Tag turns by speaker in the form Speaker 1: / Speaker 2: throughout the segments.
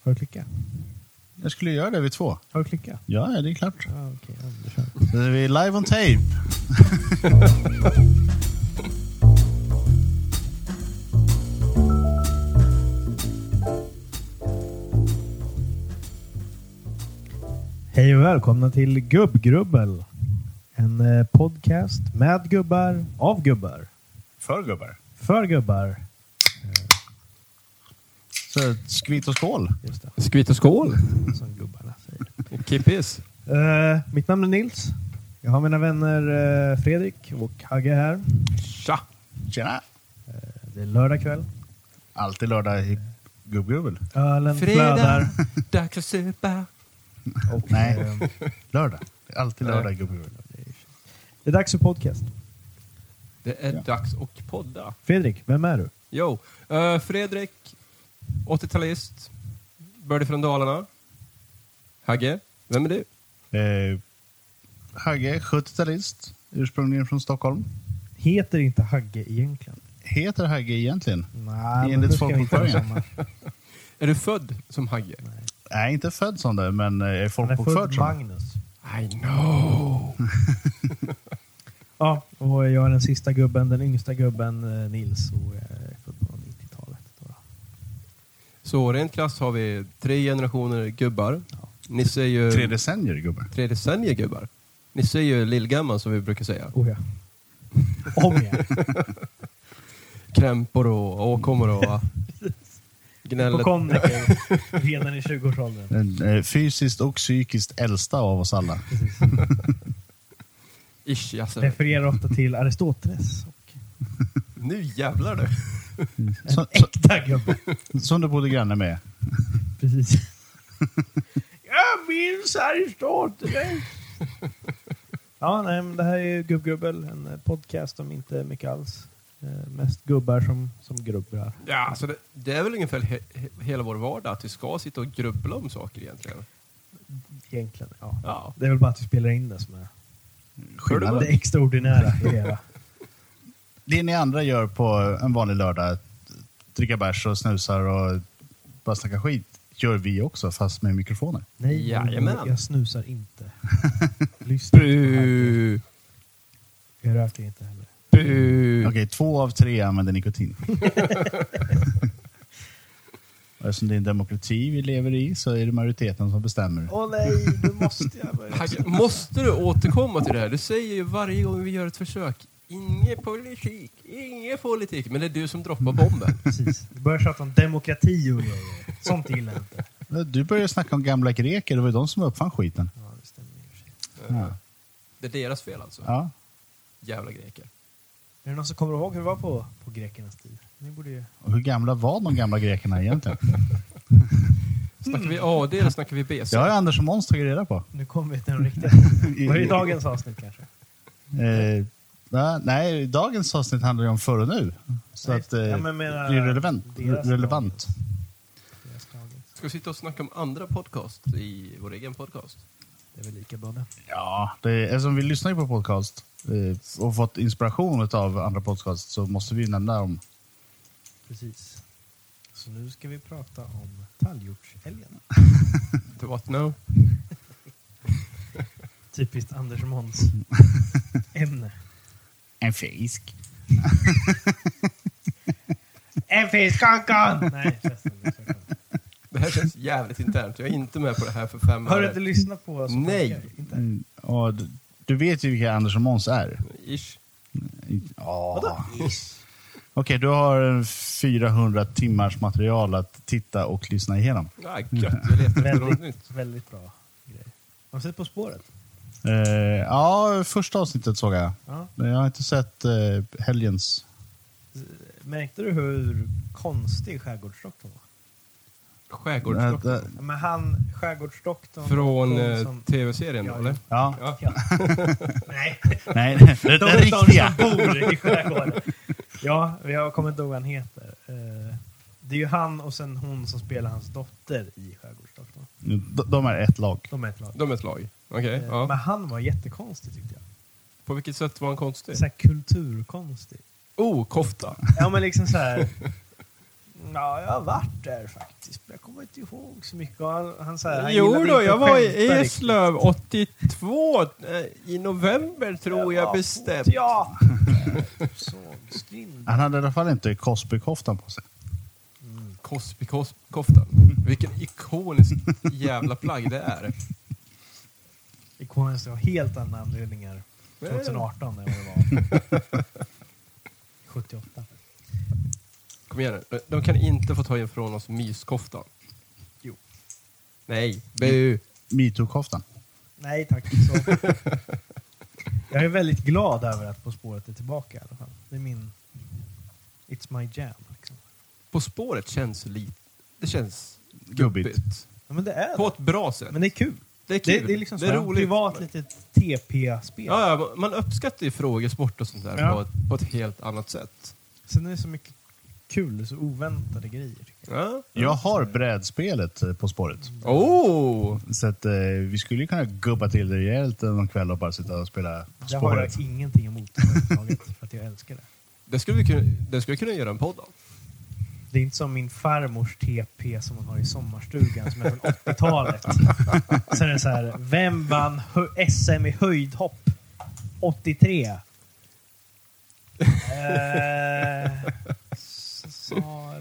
Speaker 1: Har du klickat?
Speaker 2: Jag skulle göra det vid två.
Speaker 1: Har du klickat?
Speaker 2: Ja, ja, det är klart.
Speaker 1: Ja, okej. ja, men då kör vi.
Speaker 2: Vi är live on tape.
Speaker 1: Hej och välkomna till Gubbgrubbel. En eh, podcast med gubbar, av gubbar,
Speaker 2: För gubbar.
Speaker 1: för gubbar.
Speaker 2: Så skvitt och skål.
Speaker 1: Just det,
Speaker 3: Skvitt och skål!
Speaker 1: som gubbarna säger.
Speaker 3: Och kippis.
Speaker 1: Eh, mitt namn är Nils. Jag har mina vänner eh, Fredrik och Hagge här.
Speaker 3: Tja!
Speaker 2: Tjena.
Speaker 1: Eh, Det är lördag kväll.
Speaker 2: Alltid lördag i gubbgrubbel.
Speaker 1: Ölen flödar.
Speaker 3: dags att supa.
Speaker 1: Och,
Speaker 2: Nej.
Speaker 1: eh,
Speaker 2: Lördag. Det är Alltid
Speaker 3: Nej.
Speaker 2: lördag i gubbgrubbel.
Speaker 1: det är dags för podcast.
Speaker 3: Det är dags att podda.
Speaker 1: Fredrik, vem är du?
Speaker 3: Jo, eh, Fredrik, 80-talist, började från Dalarna. Hagge, vem är du?
Speaker 2: Eh, Hagge, 70-talist. Ursprungligen från Stockholm.
Speaker 1: Heter inte Hagge egentligen?
Speaker 2: Heter Hagge egentligen?
Speaker 1: Nej,
Speaker 2: Enligt
Speaker 1: nu ska vi inte ha
Speaker 2: folkbokföringen.
Speaker 1: samma.
Speaker 3: Är du född som Hagge?
Speaker 2: Nej, inte född som det, men eh, är
Speaker 1: Han är
Speaker 2: folkbokförd
Speaker 1: född
Speaker 2: som det.
Speaker 1: Magnus.
Speaker 3: I know!
Speaker 1: Ja, och jag är den sista gubben, den yngsta gubben, eh, Nils, och jag är född på 90-talet. då då.
Speaker 3: Så rent klass har vi tre generationer gubbar. Nisse är ju...
Speaker 2: Tre decennier gubbar.
Speaker 3: tre decennier gubbar. Nisse är ju lillgammal som vi brukar säga.
Speaker 1: Oh ja. Om jag.
Speaker 3: Krämpor och åkommor och...
Speaker 1: På
Speaker 3: Gnället.
Speaker 1: Connecker, redan i 20-årsåldern.
Speaker 2: Den eh, fysiskt och psykiskt äldsta av oss alla.
Speaker 1: Precis.
Speaker 3: Ish, alltså.
Speaker 1: Refererar ofta till Aristoteles. Och
Speaker 3: Nu jävlar du!
Speaker 1: en
Speaker 2: Så,
Speaker 1: äkta gubbe.
Speaker 2: så, som du bodde granne med.
Speaker 1: Precis. Jag minns Aristoteles! Ja, nej, men det här är ju Gubbgrubbel, en eh, podcast om inte mycket alls. Eh, mest gubbar som, som grubblar.
Speaker 3: Ja, så det, det är väl ungefär he, he, hela vår vardag, att vi ska sitta och grubbla om saker egentligen.
Speaker 1: Egentligen, ja.
Speaker 3: Ja.
Speaker 1: Det är väl bara att vi spelar in det som är
Speaker 2: Skillnaden.
Speaker 1: det extraordinära i det hela.
Speaker 2: Det ni andra gör på en vanlig lördag, dricka bärs och snusar och bara snacka skit, gör vi också fast med mikrofoner.
Speaker 1: Nej,
Speaker 3: Jajamän.
Speaker 1: jag snusar inte. Lyssna inte på det här.
Speaker 3: Bu!
Speaker 1: Jag röker inte heller.
Speaker 3: Bu!
Speaker 2: Okej, två av tre använder nikotin. Och Eftersom det är en demokrati vi lever i så är det majoriteten som bestämmer.
Speaker 1: Åh nej, nu måste jag börja.
Speaker 3: Hagge, Måste du återkomma till det här? Du säger ju varje gång vi gör ett försök, ingen politik, ingen politik. Men det är du som droppar bomben.
Speaker 1: Precis. Du börjar prata om demokrati och grejer. Sånt gillar jag inte.
Speaker 2: Du började snacka om gamla greker, det var ju de som uppfann skiten.
Speaker 1: Ja, det stämmer i och för sig.
Speaker 2: Ja.
Speaker 3: Det är deras fel alltså.
Speaker 2: Ja.
Speaker 3: Jävla greker.
Speaker 1: Är det någon som kommer ihåg hur det var på, på grekernas tid? Ni borde ju...
Speaker 2: Och hur gamla var de gamla grekerna egentligen?
Speaker 3: Snackar vi AD eller snackar vi BC?
Speaker 2: Det har ju Anders och Måns tagit reda på.
Speaker 1: Nu kommer vi till de riktiga. Var det i dagens avsnitt kanske?
Speaker 2: Eh, va? nej, dagens avsnitt handlar ju om förr och nu. Så
Speaker 1: Ja,
Speaker 2: att,
Speaker 1: just
Speaker 2: eh,
Speaker 1: det. Ja, men menar
Speaker 2: det är relevant.
Speaker 1: deras
Speaker 2: relevant.
Speaker 1: Deras dagens.
Speaker 3: Ska vi sitta och snacka om andra podcast i vår egen podcast?
Speaker 1: Det är väl lika bra det.
Speaker 2: Ja, det är, eftersom vi lyssnar ju på podcast eh, och fått inspiration av andra podcast så måste vi nämna dem.
Speaker 1: Precis. Så nu ska vi prata om talgjortsälgen.
Speaker 3: To what now?
Speaker 1: Typiskt Anders Måns ämne.
Speaker 2: En fisk.
Speaker 1: En fisk, kakan! Nej, förresten. det är så skönt.
Speaker 3: Det här känns jävligt internt. Jag är inte med på det här för fem
Speaker 1: Har du
Speaker 3: öre.
Speaker 1: inte lyssnat på oss?
Speaker 3: Nej.
Speaker 1: Folke? Inte?
Speaker 2: Mm, och du, du vet ju vilka Anders och Måns är.
Speaker 3: Ish.
Speaker 2: Ja. Okej, du har en 400 timmars material att titta och lyssna igenom.
Speaker 3: Ah, gött, jag letar efter något nytt.
Speaker 1: Väldigt, väldigt bra grej. Har du sett På spåret?
Speaker 2: Eh, ja, första avsnittet såg jag.
Speaker 1: Ja.
Speaker 2: Men jag har inte sett eh, helgens.
Speaker 1: Märkte du hur konstig skärgårdsdoktorn var?
Speaker 3: Skärgårdsdoktorn.
Speaker 2: Eh,
Speaker 1: Ja, Men han, skärgårdsdoktorn...
Speaker 3: Från
Speaker 1: hon
Speaker 3: eh,
Speaker 1: som-
Speaker 3: tv-serien,
Speaker 1: Ja,
Speaker 3: eller?
Speaker 2: Ja,
Speaker 3: Ja.
Speaker 1: Ja. Nej,
Speaker 2: nej, det, det,
Speaker 1: de
Speaker 2: det riktiga.
Speaker 1: som bor i skärgården. Ja, jag kommer inte ihåg vad han heter. Eh, Det är ju han och sen hon som spelar hans dotter i skärgårdsdoktorn.
Speaker 2: De, de är ett lag.
Speaker 1: De är ett lag.
Speaker 3: De är ett lag. Okej.
Speaker 1: Eh, Men
Speaker 3: ja.
Speaker 1: han var jättekonstig tyckte jag.
Speaker 3: På vilket sätt var han konstig?
Speaker 1: Så här kulturkonstig.
Speaker 3: Oh, kofta!
Speaker 1: Ja men liksom så här. Ja, jag har varit där faktiskt. Men jag kommer inte ihåg så mycket. Och Han, han, så här, han
Speaker 4: Jo
Speaker 1: gillade
Speaker 4: då,
Speaker 1: inte
Speaker 4: jag
Speaker 1: att
Speaker 4: var i
Speaker 1: skämta riktigt.
Speaker 4: Eslöv 82 eh, i november tror jag bestämt.
Speaker 1: Ja. Sågskinn.
Speaker 2: Han hade i alla fall inte Cosby-koftan på sig.
Speaker 3: Cosby Cos- koftan. Vilken ikonisk jävla plagg det är.
Speaker 1: Ikoniskt av helt andra anledningar. 2018 när jag var 78.
Speaker 3: Kom igen nu. De- De kan inte få ta ifrån oss myskoftan.
Speaker 1: Jo.
Speaker 3: Nej, bu.
Speaker 2: Metoo-koftan.
Speaker 1: Nej tack. Så. Jag är väldigt glad över att På spåret är tillbaka i alla fall. Det är min... It's my jam. Liksom.
Speaker 3: På spåret känns lite... Det känns
Speaker 2: Gubbigt.
Speaker 3: gubbigt.
Speaker 1: Ja, men det är
Speaker 3: På
Speaker 1: det.
Speaker 3: ett bra sätt.
Speaker 1: Men det är kul.
Speaker 3: Det är
Speaker 1: Det,
Speaker 3: kul.
Speaker 1: det är liksom
Speaker 3: Det
Speaker 1: det
Speaker 3: är
Speaker 1: ett
Speaker 3: roligt.
Speaker 1: privat litet TP-spel.
Speaker 3: Ja, ja, man uppskattar ju frågesport och sånt där
Speaker 2: Ja.
Speaker 3: på, ett, på ett helt annat sätt.
Speaker 1: Sen är det så mycket kul, så oväntade grejer. tycker jag.
Speaker 3: Ja.
Speaker 2: Jag har brädspelet eh, På spåret.
Speaker 3: Oh!
Speaker 2: Så att, eh, vi skulle ju kunna gubba till det rejält någon kväll och bara sitta och spela På
Speaker 1: Det har
Speaker 2: spåret.
Speaker 1: jag ingenting emot överhuvudtaget, för att jag älskar det.
Speaker 3: Det skulle vi kunna, det skulle vi kunna göra en podd av.
Speaker 1: Det är inte som min farmors TP som hon har i sommarstugan som är från 80-talet. Så är det så här, vem vann hö- SM i höjdhopp 83? Eh, Sara...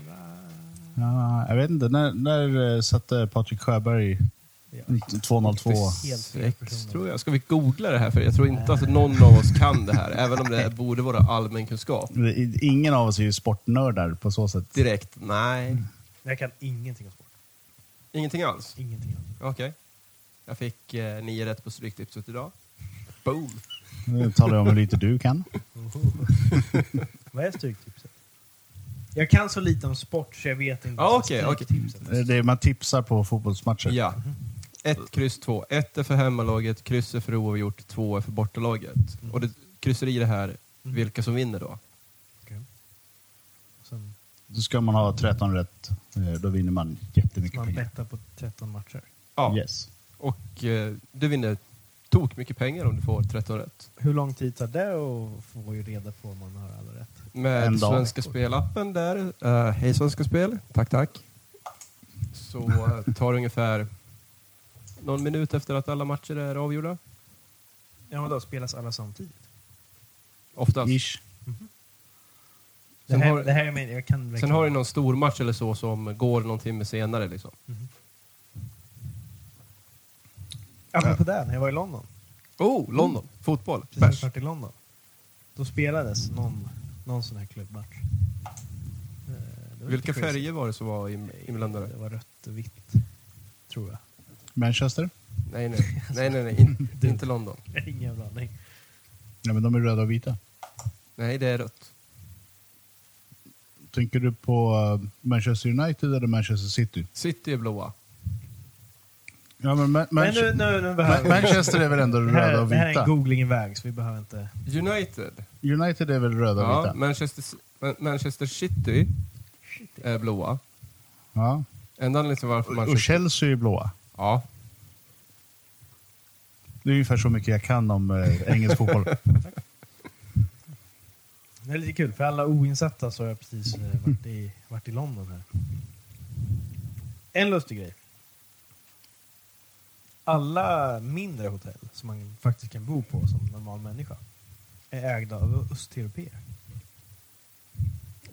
Speaker 2: Ja, jag vet inte, när, när eh, satte Patrik Sjöberg
Speaker 1: Ja.
Speaker 2: 202?
Speaker 1: Helt fel
Speaker 3: Sex,
Speaker 1: personer.
Speaker 3: tror jag. Ska vi googla det här? För jag tror inte att någon av oss kan det här, även om det borde vara allmänkunskap.
Speaker 2: I- Ingen av oss är ju sportnördar på så sätt.
Speaker 3: Direkt, nej.
Speaker 1: Jag kan ingenting om sport.
Speaker 3: Ingenting alls?
Speaker 1: Ingenting. om det.
Speaker 3: Okej. Jag fick eh, nio rätt på Stryktipset idag. Boom!
Speaker 2: Nu talar jag om hur lite du kan.
Speaker 1: Mhm. Vad är stryktipset? Jag kan så lite om sport så jag vet inte.
Speaker 3: Ja,
Speaker 1: vad
Speaker 3: Ah, okej, okej.
Speaker 1: stryktipset är.
Speaker 2: Eh, Det är, man tipsar på fotbollsmatcher.
Speaker 3: Ja. Ett kryss två. Ett är för hemmalaget, kryss är för oavgjort, två är för bortalaget. Och det kryssar i det här vilka som vinner då.
Speaker 1: Okej. Sen
Speaker 2: Då ska man ha 13 rätt, eh, då vinner man
Speaker 1: ska
Speaker 2: jättemycket
Speaker 1: man
Speaker 2: pengar.
Speaker 1: betta på 13 matcher.
Speaker 3: Ja.
Speaker 2: Yes.
Speaker 3: Och eh, du vinner tok mycket pengar om du får 13 rätt.
Speaker 1: Hur lång tid tar det att få ju reda på om man har alla rätt?
Speaker 3: Med
Speaker 2: En dag.
Speaker 3: Svenska Spel-appen där. eh, hej Svenska Spel, tack tack. Så eh, tar det ungefär någon minut efter att alla matcher är avgjorda.
Speaker 1: Ja, men då spelas alla samtidigt.
Speaker 3: Oftast.
Speaker 2: Ish.
Speaker 1: Det
Speaker 3: Sen
Speaker 1: här,
Speaker 3: har-
Speaker 1: det här är min, jag kan verkligen-
Speaker 3: Sen har du någon stor match eller så som går någon timme senare. Liksom.
Speaker 1: Mhm. Ja, men på det, när jag var i London.
Speaker 3: Oh, London. Fotboll.
Speaker 1: Precis när jag
Speaker 3: Bärs.
Speaker 1: var i London. Då spelades någon, någon sån här klubbmatch. Eh, det var
Speaker 3: Vilka
Speaker 1: lite crazy.
Speaker 3: färger var det som var in- inblandade?
Speaker 1: Det var rött och vitt, tror jag.
Speaker 2: Manchester?
Speaker 3: Nej, nej, nej, nej, nej. In,
Speaker 1: Alltså,
Speaker 3: inte London.
Speaker 1: Jag har Ingen jävla aning.
Speaker 2: Ja, men de är röda och vita.
Speaker 3: Nej, det är rött.
Speaker 2: Tänker du på eh, Manchester United eller Manchester City?
Speaker 3: City är blåa.
Speaker 2: Ja, men Ma-
Speaker 1: Men nu,
Speaker 2: Manche-
Speaker 1: nu, nu
Speaker 2: Ma-
Speaker 1: behöver vi...
Speaker 2: Manchester är väl ändå
Speaker 1: Det här,
Speaker 2: röda och
Speaker 1: det här är en
Speaker 2: vita?
Speaker 1: googling iväg, så vi behöver inte...
Speaker 3: United.
Speaker 2: United är väl röda och
Speaker 3: Ja,
Speaker 2: vita?
Speaker 3: Manchester, Ma- Manchester City är blåa.
Speaker 2: Ja.
Speaker 3: Enda anledningen till varför
Speaker 2: Och- Och
Speaker 3: Manchester...
Speaker 2: Chelsea är blåa.
Speaker 3: Ja.
Speaker 2: Det är ungefär så mycket jag kan om eh, engelsk fotboll.
Speaker 1: Det är lite kul, för alla oinsatta så har jag precis eh, varit i, varit i London här. En lustig grej. Alla mindre hotell som man faktiskt kan bo på som normal människa är ägda av östeuropéer.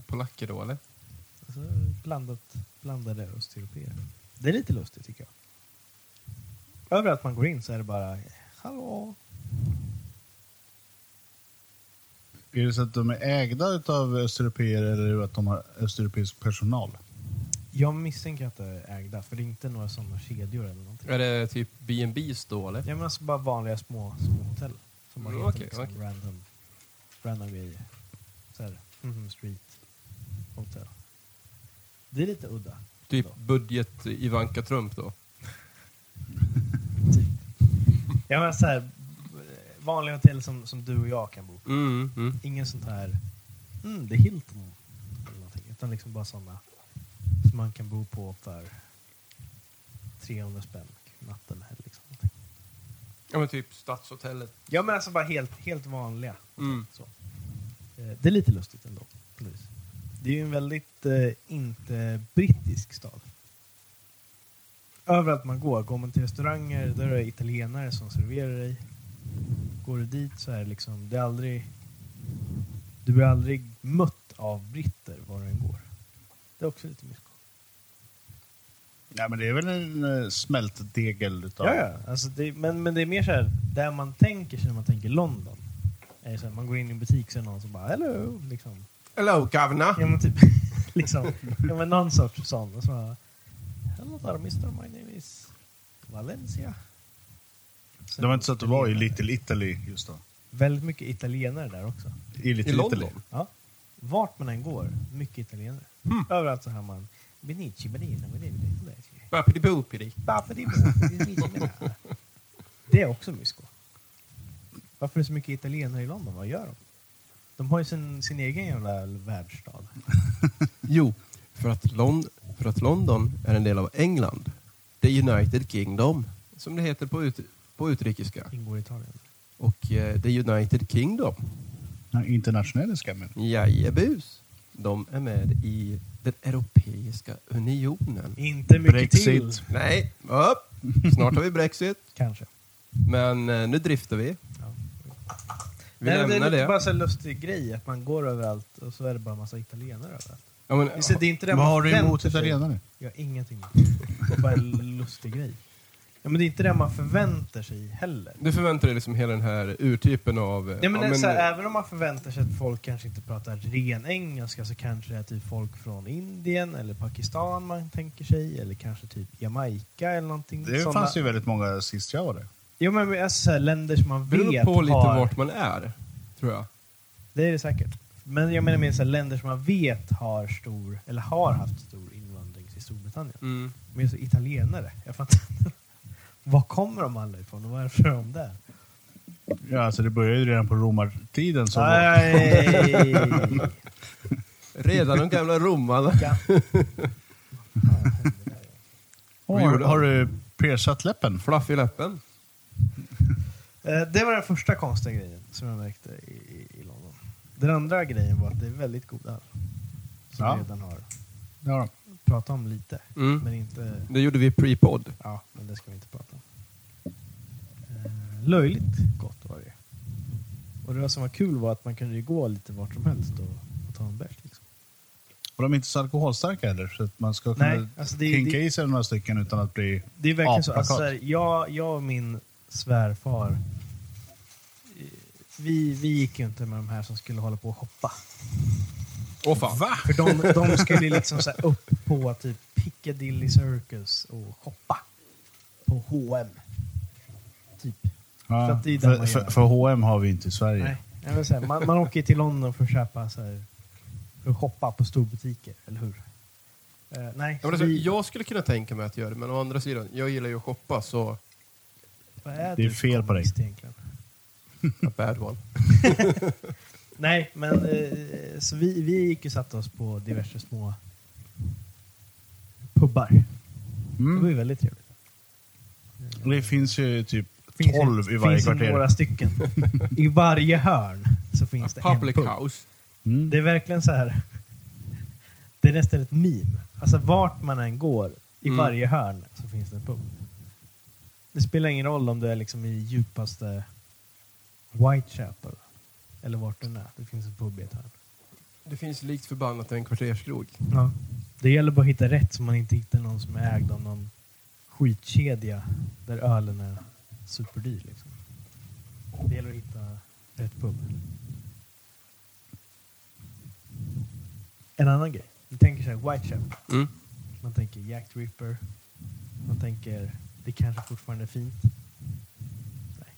Speaker 3: Polacker då, eller?
Speaker 1: Alltså blandat, blandade östeuropéer. Det är lite lustigt tycker jag. Överallt man går in så är det bara hallå.
Speaker 2: Är det så att de är ägda av östeuropéer eller är det att de har östeuropeisk personal?
Speaker 1: Jag misstänker att det är ägda, för det är inte några sådana kedjor eller någonting.
Speaker 3: Är det typ B&B's då, eller?
Speaker 1: Ja men alltså bara vanliga små, små hotell. Som bara
Speaker 3: Mm,
Speaker 1: heter
Speaker 3: okej,
Speaker 1: liksom
Speaker 3: okej.
Speaker 1: random, random grejer. Så här, mhm, street hotel. Det är lite udda.
Speaker 3: Typ budget Ivanka Trump då.
Speaker 1: Typ. Ja men så här, vanliga hotell som, som du och jag kan bo på.
Speaker 3: Mm, mm.
Speaker 1: Ingen sånt här, mm, det är Hilton eller någonting. Utan liksom bara sådana som man kan bo på för 300 spänn natten. Eller liksom. någonting.
Speaker 3: Ja, men typ Stadshotellet.
Speaker 1: Ja men alltså bara helt, helt vanliga.
Speaker 3: Mm.
Speaker 1: Så. Eh, Det är lite lustigt ändå. på något vis. Det är ju en väldigt eh, inte brittisk stad. Överallt man går, går man till restauranger, där är det italienare som serverar dig. Går du dit så är det liksom, det är aldrig... Du blir aldrig mött av britter var du än går. Det är också lite mysko.
Speaker 2: Nej, men det är väl en eh, smältdegel utav...
Speaker 1: Ja, ja. Alltså det, men, men det är mer så här, där man tänker sig när man tänker London. Är det så här, man går in i en butik så är det någon som bara hello, liksom.
Speaker 4: Hello governor!
Speaker 1: Ja men typ, liksom, ja, men någon sorts sån. Och så bara, hello there mister, my name is Valencia. Sen
Speaker 2: Det var inte så att du var i Little Italy just då?
Speaker 1: Väldigt mycket italienare där också.
Speaker 2: I Little
Speaker 4: I London?
Speaker 2: Italy?
Speaker 1: Ja. Vart man än går, mycket italienare.
Speaker 2: Hmm.
Speaker 1: Överallt så hör man Benici, Benina, Benina, Benina.
Speaker 4: Bappidi-boopidi.
Speaker 1: Varför det? Det är också mysko. Varför är det så mycket italienare i London? Vad gör de? De har ju sin, sin egen jävla världsstad.
Speaker 3: Jo, för att, Lond- för att London är en del av England. The United Kingdom, som det heter på, ut- på utrikiska.
Speaker 1: Ingår i Italien.
Speaker 3: Och eh, The United Kingdom,
Speaker 2: Nej, internationella skammen.
Speaker 3: jajebus, de är med i den Europeiska Unionen.
Speaker 1: Inte mycket
Speaker 2: Brexit.
Speaker 1: till.
Speaker 3: Nej, upp. snart har vi Brexit,
Speaker 1: Kanske.
Speaker 3: men eh, nu drifter vi.
Speaker 1: Ja.
Speaker 3: Vi
Speaker 1: Nej, men det är
Speaker 3: lämnar
Speaker 1: lite
Speaker 3: det.
Speaker 1: bara så en lustig grej att man går överallt och så är det bara massa italienare överallt.
Speaker 3: Ja, men,
Speaker 1: Visst, är det inte det
Speaker 2: Vad
Speaker 1: man
Speaker 2: har du emot
Speaker 1: förväntar sig?
Speaker 2: italienare?
Speaker 1: Jag har ingenting emot det. Det är bara en lustig grej. Ja, men det är inte det man förväntar sig heller.
Speaker 3: du förväntar dig liksom hela den här urtypen av... eh,
Speaker 1: Nej, men
Speaker 3: ja,
Speaker 1: det är
Speaker 3: men,
Speaker 1: så
Speaker 3: eh,
Speaker 1: här, även om man förväntar sig att folk kanske inte pratar ren engelska så kanske det är typ folk från Indien eller Pakistan man tänker sig, eller kanske typ Jamaica eller någonting.
Speaker 2: Det
Speaker 1: sådana-
Speaker 2: fanns ju väldigt många sist jag var där.
Speaker 1: Jo men alltså, så här, länder som man
Speaker 3: beror
Speaker 1: vet
Speaker 3: på lite
Speaker 1: har...
Speaker 3: vart man är, tror jag.
Speaker 1: Det är det säkert. Men jag menar mer så här, länder som man vet har stor, eller har haft stor invandring till Storbritannien.
Speaker 3: Mm.
Speaker 1: Men så italienare, jag fattar inte. Var kommer de alla ifrån och varför är de där?
Speaker 2: Ja, alltså det började ju redan på romartiden. Så var...
Speaker 1: Nej!
Speaker 3: Redan de gamla romarna.
Speaker 2: Åh, har, har du piercat läppen?
Speaker 3: Fluffy läppen.
Speaker 1: Eh, Det var den första konstiga grejen som jag märkte i, i, i London. Den andra grejen var att det är väldigt god öl. Som
Speaker 2: Ja.
Speaker 1: vi redan har
Speaker 2: Ja,
Speaker 1: pratat om lite.
Speaker 3: Mm.
Speaker 1: Men inte...
Speaker 3: Det gjorde vi pre-podd.
Speaker 1: Ja, men det ska vi inte prata om. Eh, Löjligt gott var det Och det som var kul var att man kunde ju gå lite vart som helst och, och ta en bärs. Liksom.
Speaker 2: och de är inte så alkoholstarka heller, så att man ska kunna
Speaker 1: Nej, alltså det,
Speaker 2: kinka
Speaker 1: det,
Speaker 2: i sig några stycken utan att bli...
Speaker 1: det är verkligen så.
Speaker 2: apakat.
Speaker 1: Alltså, så här, jag, jag och min svärfar, eh, vi, vi gick ju inte med de här som skulle hålla på och hoppa.
Speaker 3: Åh fan. Va?
Speaker 1: För de, de skulle ju liksom så här upp på typ Piccadilly Circus och shoppa. På H&M. Typ. För
Speaker 2: Ja,
Speaker 1: att det är där
Speaker 2: för,
Speaker 1: man gör
Speaker 2: för,
Speaker 1: det.
Speaker 2: för H&M har vi inte i Sverige.
Speaker 1: Nej, jag vill säga, man, man åker ju till London för att köpa så här, för att shoppa på storbutiker, eller hur? Eh, nej,
Speaker 3: Ja, men
Speaker 1: så
Speaker 3: alltså,
Speaker 1: vi,
Speaker 3: jag skulle kunna tänka mig att göra det, men å andra sidan, jag gillar ju att shoppa, så
Speaker 1: vad är
Speaker 2: det är fel på dig.
Speaker 1: konst egentligen?
Speaker 3: a bad one.
Speaker 1: Nej, men eh, så vi, vi gick och satte oss på diverse små pubbar. Det var
Speaker 2: Mm.
Speaker 1: ju väldigt trevligt.
Speaker 2: Och Det finns ju typ
Speaker 1: Finns ju-
Speaker 2: 12 i varje
Speaker 1: finns ju några
Speaker 2: kvarter.
Speaker 1: stycken. I varje hörn så finns det en
Speaker 3: Public
Speaker 1: pub.
Speaker 3: house.
Speaker 2: Mm.
Speaker 1: Det är verkligen så här. Det är nästan ett meme. Alltså vart man än går, i
Speaker 3: Mm.
Speaker 1: varje hörn, så finns det en pub. Det spelar ingen roll om du är liksom i djupaste Whitechapel, eller vart du är. Det finns en pub i ett hörn.
Speaker 3: Det finns likt förbannat en kvarterskrog.
Speaker 1: Ja. Det gäller bara att hitta rätt så man inte hittar någon som är ägd av någon skitkedja där ölen är superdyr. Liksom. Det gäller att hitta rätt pub. En annan grej. Vi tänker så här, Whitechapel.
Speaker 3: Mm.
Speaker 1: Man tänker Jack the Ripper. Man tänker, det kanske fortfarande är fint. Nej.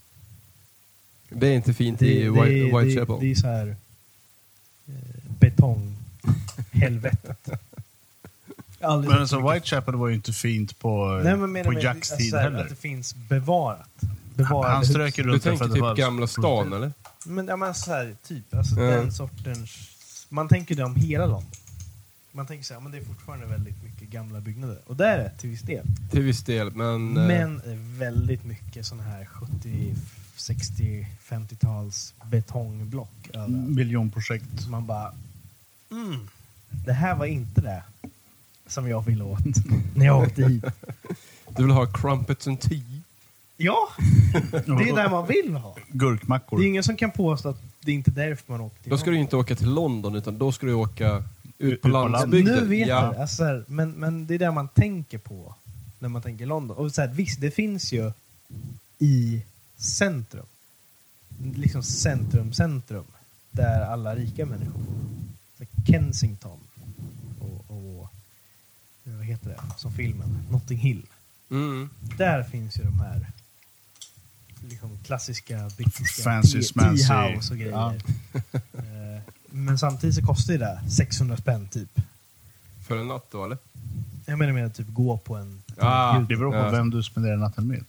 Speaker 3: Det är inte fint i
Speaker 1: det,
Speaker 3: White,
Speaker 1: det,
Speaker 3: Whitechapel.
Speaker 1: Det, det är så här eh, betonghelvetet. Aldrig
Speaker 2: Men
Speaker 1: sett så
Speaker 2: alltså
Speaker 1: mycket
Speaker 2: Whitechapel var ju inte fint på,
Speaker 1: Nej, men menar
Speaker 2: på
Speaker 1: med-
Speaker 2: Jacks
Speaker 1: alltså,
Speaker 2: tid
Speaker 1: så här,
Speaker 2: heller.
Speaker 1: Att det finns bevarat. Bevarade
Speaker 2: Han strök ju
Speaker 1: hus.
Speaker 2: runt
Speaker 3: du
Speaker 2: där för
Speaker 3: tänker
Speaker 2: att det var-
Speaker 3: typ Gamla stan, eller?
Speaker 1: Men, ja, men så här, typ. Alltså
Speaker 3: Ja.
Speaker 1: den sortens... Man tänker det om hela London. Man tänker så här, men det är fortfarande väldigt mycket gamla byggnader. Och det är det till viss del.
Speaker 3: Till viss del, men... Eh,
Speaker 1: Men väldigt mycket sådana här 70, 60,
Speaker 2: Mm.
Speaker 1: 50-tals betongblock överallt.
Speaker 2: Miljonprojekt.
Speaker 1: Så man bara... Mm, Det här var inte det som jag ville åt när jag åkte hit.
Speaker 3: Du vill ha crumpets and tea?
Speaker 1: Ja, det är det man vill ha.
Speaker 2: Gurkmackor.
Speaker 1: Det är ingen som kan påstå att det är inte är därför man åkte till
Speaker 3: Då ska du ju inte åka till London, utan då ska du åka ut på
Speaker 2: Ut på land.
Speaker 1: London.
Speaker 3: landsbygden.
Speaker 1: Nu vet
Speaker 3: ja.
Speaker 1: jag det. Alltså, så här, men, men det är det man tänker på när man tänker London. Och så här, visst, det finns ju i centrum. Liksom centrum, centrum. Där alla rika människor bor. Så här Kensington och, och vad heter det, som filmen, Notting Hill.
Speaker 3: Mm.
Speaker 1: Där finns ju de här liksom klassiska brittiska
Speaker 2: Fancy,
Speaker 1: tea-
Speaker 2: smancy.
Speaker 1: tea house och grejer.
Speaker 2: Ja.
Speaker 1: Eh, Men samtidigt så kostar ju det 600 spänn typ.
Speaker 3: För en natt då, eller?
Speaker 1: Jag menar, jag menar typ gå på en...
Speaker 3: Ah,
Speaker 2: Det beror på
Speaker 3: Ja.
Speaker 2: vem du spenderar natten med.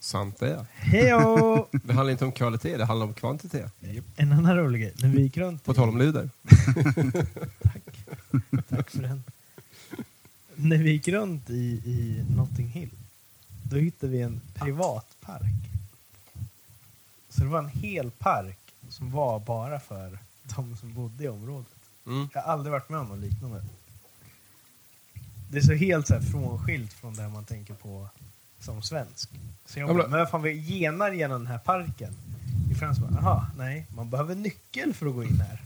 Speaker 3: Sant det, ja.
Speaker 1: Hejo!
Speaker 3: Det handlar inte om kvalitet, det handlar om kvantitet.
Speaker 1: en annan rolig grej. När vi gick runt...
Speaker 3: På tal om lyder.
Speaker 1: Tack. Tack för den. När vi gick runt i, i Notting Hill, då hittade vi en privat park. Så det var en hel park som var bara för de som bodde i området.
Speaker 3: Mm.
Speaker 1: Jag har aldrig varit med om något liknande. Det är så helt så här frånskilt från det man tänker på som svensk. Så jag
Speaker 3: Ja, men-
Speaker 1: bara, men vad fan, vi genar genom den här parken. I Frankrike bara, aha, nej, man behöver nyckel för att gå in här.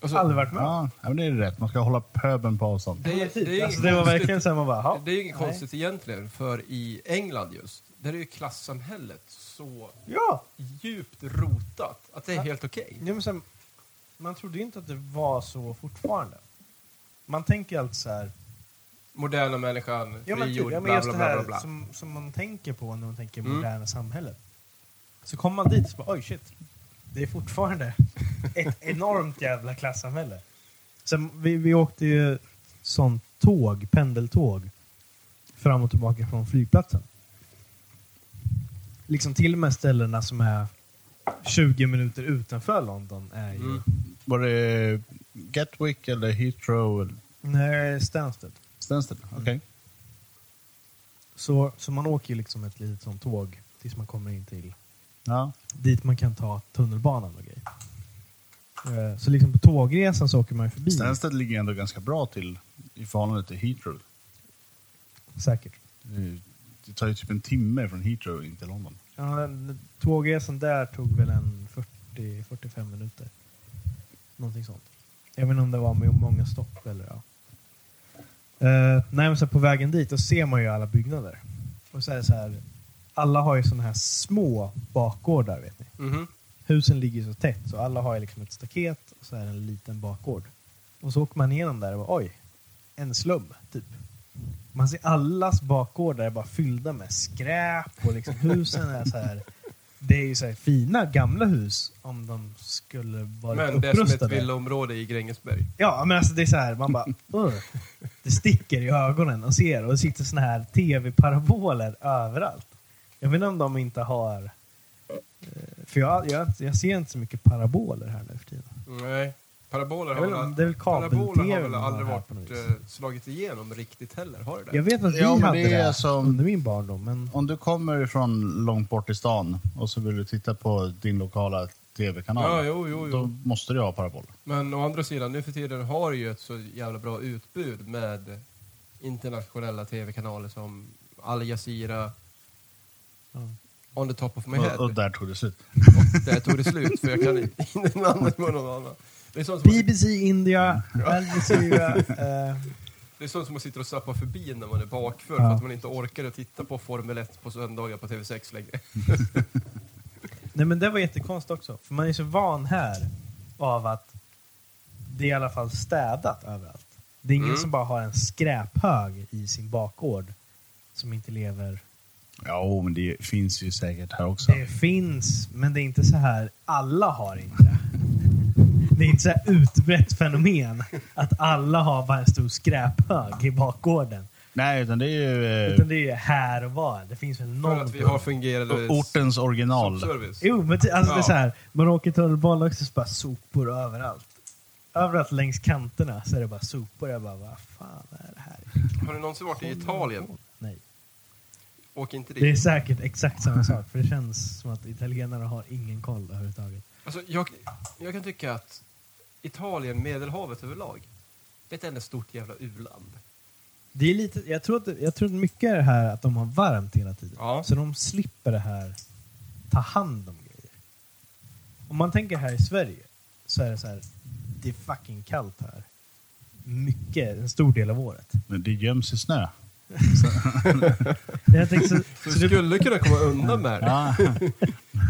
Speaker 3: Alltså,
Speaker 1: Aldrig varit med om.
Speaker 2: Ja, ja, men det är rätt. Man ska hålla pöben på avstånd.
Speaker 3: det, är,
Speaker 1: Det,
Speaker 3: det, är
Speaker 1: alltså,
Speaker 3: inget
Speaker 1: det var
Speaker 3: konstigt.
Speaker 1: verkligen så här, man bara, "Jaha,
Speaker 3: Det är ju inget
Speaker 1: nej."
Speaker 3: konstigt egentligen, för i England just, där är ju klassamhället så
Speaker 1: Ja,
Speaker 3: djupt rotat att det är helt okej.
Speaker 1: ja men sen, man trodde ju inte att det var så fortfarande. Man tänker ju alltid så här,
Speaker 3: Moderna människan,
Speaker 1: Ja men, typ,
Speaker 3: frigjord,
Speaker 1: ja, men
Speaker 3: bla
Speaker 1: just
Speaker 3: bla
Speaker 1: det
Speaker 3: bla.
Speaker 1: här
Speaker 3: bla, bla.
Speaker 1: Som, som man tänker på när man tänker
Speaker 3: Mm.
Speaker 1: moderna samhället. Så kommer man dit och så bara, oj shit. Det är fortfarande ett enormt jävla klassamhälle. Sen, vi, vi åkte ju sånt tåg, pendeltåg, fram och tillbaka från flygplatsen. Liksom till och med ställena som är 20 minuter utanför London är ju
Speaker 3: Mm.
Speaker 2: Var det Gatwick eller Heathrow? eller
Speaker 1: Nej, Stansted.
Speaker 2: Stansted?
Speaker 3: Mm.
Speaker 2: Okej.
Speaker 1: Så, så man åker ju liksom ett litet sånt tåg tills man kommer in till
Speaker 2: Ja.
Speaker 1: dit man kan ta tunnelbanan och grejer. Eh, Så liksom på tågresan så åker man ju
Speaker 3: Mm.
Speaker 1: förbi.
Speaker 2: Stansted ligger ändå ganska bra till i förhållande till Heathrow.
Speaker 1: Säkert.
Speaker 2: Det- Det tar ju typ en timme från Heathrow in till London.
Speaker 1: Ja, den- tågresan där tog väl en 40-45 minuter. Någonting sånt. Jag vet inte om det var med många stopp eller ja. Eh, nej, men så här på vägen dit då ser man ju alla byggnader. Och så är det så här, alla har ju sådana här små bakgårdar vet ni.
Speaker 3: Mhm.
Speaker 1: husen ligger så tätt så alla har ju liksom ett staket och så är det en liten bakgård. Och så åker man igenom där och bara, oj, en slum, typ. Man ser allas bakgårdar är bara fyllda med skräp och liksom husen är så här. Det är ju så här fina gamla hus om de skulle vara
Speaker 3: Men det är som ett
Speaker 1: upprustade.
Speaker 3: villaområde i Grängesberg.
Speaker 1: Ja, men alltså det är så här, man bara... "Ugh." Det sticker i ögonen och ser och det sitter såna här tv-paraboler överallt. Jag vet inte om de inte har... eh, För jag, jag, jag ser inte så mycket paraboler här nu för tiden.
Speaker 3: Nej. Paraboler
Speaker 1: Jag
Speaker 3: har
Speaker 1: vet inte
Speaker 3: väl,
Speaker 1: om det är väl
Speaker 3: paraboler har
Speaker 1: kabel-tv
Speaker 3: väl
Speaker 1: man har
Speaker 3: aldrig
Speaker 1: här
Speaker 3: varit
Speaker 1: på något vis.
Speaker 3: eh, slagit igenom riktigt heller, har det det?
Speaker 1: Jag vet att vi
Speaker 2: Ja, men
Speaker 1: hade
Speaker 2: det
Speaker 1: det,
Speaker 2: är alltså-
Speaker 1: under min barndom, men...
Speaker 2: Om du kommer från långt bort i stan och så vill du titta på din lokala tv-kanal.
Speaker 3: Ja, jo, jo, jo.
Speaker 2: Då måste du ha parabol.
Speaker 3: Men å andra sidan, nu för tiden har ju ett så jävla bra utbud med internationella tv-kanaler som Al Jazeera,
Speaker 1: Ja.
Speaker 3: On the top of my head.
Speaker 2: Och, och där tog det slut.
Speaker 3: Där tog det slut, för jag kan inte namnet på någon annan. Det är, sånt som man,
Speaker 1: BBC India, Al Jazeera... eh,
Speaker 3: det är sånt som man sitter och zappar förbi när man är bakfull,
Speaker 1: Ja.
Speaker 3: för att man inte orkar att titta på Formel 1 på söndagar på TV6 längre.
Speaker 1: Nej men det var jättekonstigt också. För man är så van här av att det är i alla fall städat överallt. Det är ingen
Speaker 3: Mm.
Speaker 1: som bara har en skräphög i sin bakgård som inte lever.
Speaker 2: Ja, men det finns ju säkert här också.
Speaker 1: Det finns, men det är inte så här. Alla har inte det. Det är inte så här utbrett fenomen att alla har bara en stor skräphög i bakgården.
Speaker 2: Nej, utan det är ju eh,
Speaker 1: Utan det är ju här och var. Det finns väl
Speaker 3: För
Speaker 1: någon...
Speaker 3: att vi har fungerande
Speaker 2: ortens original.
Speaker 3: service.
Speaker 1: Jo, men ty- alltså det är
Speaker 3: Ja.
Speaker 1: så här. Man åker tunnelbana också så bara sopor överallt. Överallt längs kanterna så är det bara sopor. Jag bara, vad fan är det här?
Speaker 3: Har du någonsin varit i Italien?
Speaker 1: Nej.
Speaker 3: Åk inte dit.
Speaker 1: Det är säkert exakt samma sak. För det känns som att italienarna har ingen koll överhuvudtaget.
Speaker 3: Alltså, jag, jag kan tycka att Italien, Medelhavet överlag. Det är ett enda stort jävla u-land.
Speaker 1: Det är lite, jag, tror att, jag tror att mycket är det här att de har varmt hela tiden.
Speaker 3: Ja.
Speaker 1: Så de slipper det här ta hand om grejer. Om man tänker här i Sverige så är det så här, det är fucking kallt här. Mycket, en stor del av året.
Speaker 2: Men det göms i snö.
Speaker 1: Jag tänker så,
Speaker 3: Så
Speaker 1: så det,
Speaker 3: du skulle kunna komma undan med det.
Speaker 2: Ja,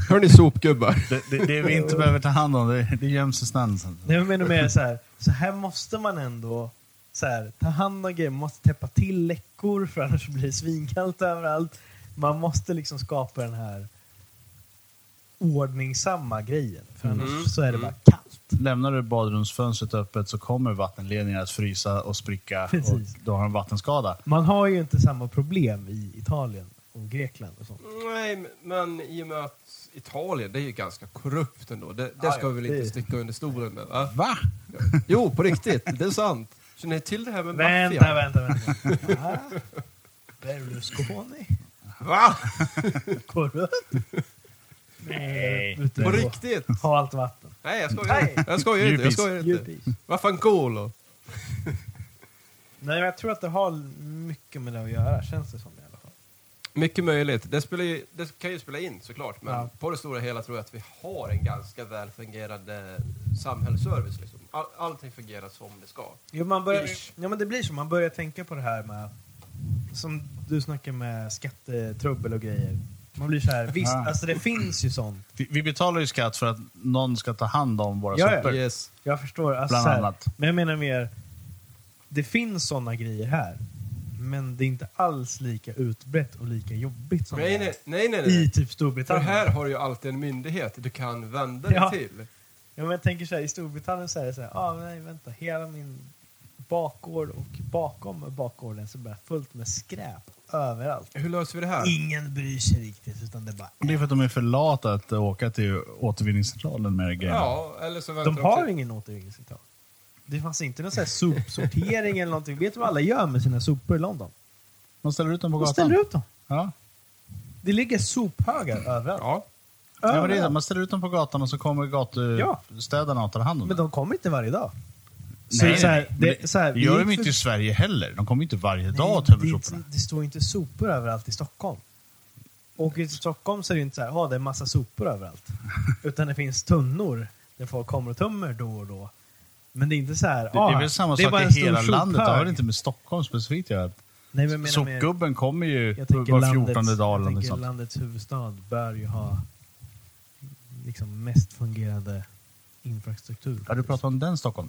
Speaker 3: Hörni sopgubbar.
Speaker 2: det, det, det vi inte behöver ta hand om, det, det göms i snön. sen.
Speaker 1: nej, jag menar mer så här, så här måste man ändå så här, ta hand om grejer. Man måste täppa till läckor för annars blir det svinkallt överallt. Man måste liksom skapa den här ordningsamma grejen. För annars
Speaker 3: Mm.
Speaker 1: så är det
Speaker 3: Mm.
Speaker 1: bara kallt.
Speaker 2: Lämnar du badrumsfönstret öppet så kommer vattenledningar att frysa och spricka och
Speaker 1: Precis.
Speaker 2: då har du en vattenskada.
Speaker 1: Man har ju inte samma problem i Italien och Grekland och sånt.
Speaker 3: Nej, men- men i och med att Italien, det är ju ganska korrupt ändå. Det, det ska vi väl
Speaker 1: det
Speaker 3: inte
Speaker 1: är-
Speaker 3: sticka under stolen med, va?
Speaker 2: Va?
Speaker 3: Jo, på riktigt. Det är sant. Känner ni till det här med
Speaker 1: Vänta,
Speaker 3: maffian?
Speaker 1: vänta, vänta. Va? Berlusconi?
Speaker 3: Va?
Speaker 1: Korrupt? Nej.
Speaker 3: På riktigt?
Speaker 1: Ha allt vatten.
Speaker 3: Nej, jag skojar
Speaker 1: Nej.
Speaker 3: inte. Jag skojar inte. Jag
Speaker 2: Djupis.
Speaker 3: skojar inte.
Speaker 1: Djupis.
Speaker 3: Vaffankolo.
Speaker 1: Nej, men jag tror att det har mycket med det att göra, känns det som i alla fall.
Speaker 3: Mycket möjligt. Det, spelar ju, det kan ju spela in såklart, men
Speaker 1: Ja.
Speaker 3: på det stora hela tror jag att vi har en ganska väl fungerande samhällsservice. Liksom. All, allting fungerar som det ska.
Speaker 1: Jo, man börjar,
Speaker 3: Ish.
Speaker 1: ja, men det blir så. Man börjar tänka på det här med, som du snackar med skattetrubbel och grejer. Man blir så här, visst,
Speaker 2: Ja.
Speaker 1: alltså det finns ju sånt.
Speaker 2: Vi, vi betalar ju skatt för att någon ska ta hand om våra
Speaker 1: Ja, ja.
Speaker 2: sopor.
Speaker 3: Yes.
Speaker 1: Jag förstår. Alltså,
Speaker 2: Bland
Speaker 1: så här,
Speaker 2: annat.
Speaker 1: Men jag menar mer, det finns sådana grejer här. Men det är inte alls lika utbrett och lika jobbigt som
Speaker 3: Nej,
Speaker 1: det är
Speaker 3: nej, nej, nej.
Speaker 1: i
Speaker 3: nej.
Speaker 1: typ
Speaker 3: För
Speaker 1: Storbritannien.
Speaker 3: här har du ju alltid en myndighet du kan vända dig
Speaker 1: Ja.
Speaker 3: till.
Speaker 1: Ja, men jag tänker så här, i Storbritannien så är det så här, ah, nej vänta, hela min bakgård och bakom bakgården så är det bara fullt med skräp överallt.
Speaker 3: Hur löser vi det här?
Speaker 1: Ingen bryr sig riktigt utan det är bara...
Speaker 2: Det är för att de är för lata att åka till återvinningscentralen med grejer.
Speaker 3: Ja, eller så väntar
Speaker 1: De har
Speaker 3: till-
Speaker 1: ingen återvinningscentral. Det fanns inte någon så här sopsortering eller någonting. Vet du vad alla gör med sina sopor i London?
Speaker 2: De ställer ut dem på
Speaker 1: De
Speaker 2: gatan.
Speaker 1: ställer ut dem.
Speaker 2: Ja.
Speaker 1: Det ligger sophögar överallt.
Speaker 3: Ja.
Speaker 2: Ja, men det är, så.
Speaker 1: Överallt.
Speaker 2: man ställer ut dem på gatan och så kommer
Speaker 1: Ja.
Speaker 2: gatustädarna och tar hand om
Speaker 1: Men
Speaker 2: dem.
Speaker 1: de kommer inte varje dag. Så
Speaker 2: Nej,
Speaker 1: så här,
Speaker 2: men
Speaker 1: det, så här,
Speaker 2: det
Speaker 1: vi
Speaker 2: gör
Speaker 1: gick
Speaker 2: de inte
Speaker 1: för-
Speaker 2: i Sverige heller. De kommer inte varje
Speaker 1: Nej,
Speaker 2: dag och tömmer
Speaker 1: det, är
Speaker 2: soporna.
Speaker 1: inte- det står ju inte sopor överallt i Stockholm. Och i Stockholm så är det ju inte så här, ja det är massa sopor överallt. Utan det finns tunnor där folk kommer och tömmer då och då. Men det är inte så här,
Speaker 2: Det,
Speaker 1: "Ah,
Speaker 2: det är väl samma
Speaker 1: bara en
Speaker 2: sak i
Speaker 1: stor
Speaker 2: hela landet. Det
Speaker 1: sophög."
Speaker 2: har väl inte med Stockholm specifikt att göra.
Speaker 1: Nej, men jag menar mer-
Speaker 2: Sopgubben kommer ju
Speaker 1: jag tänker
Speaker 2: var liksom.
Speaker 1: landets-
Speaker 2: 14 dag eller
Speaker 1: jag
Speaker 2: något
Speaker 1: tänker
Speaker 2: sånt.
Speaker 1: landets huvudstad bör ju ha liksom mest fungerande infrastruktur.
Speaker 2: Ja, du pratar om den Stockholm.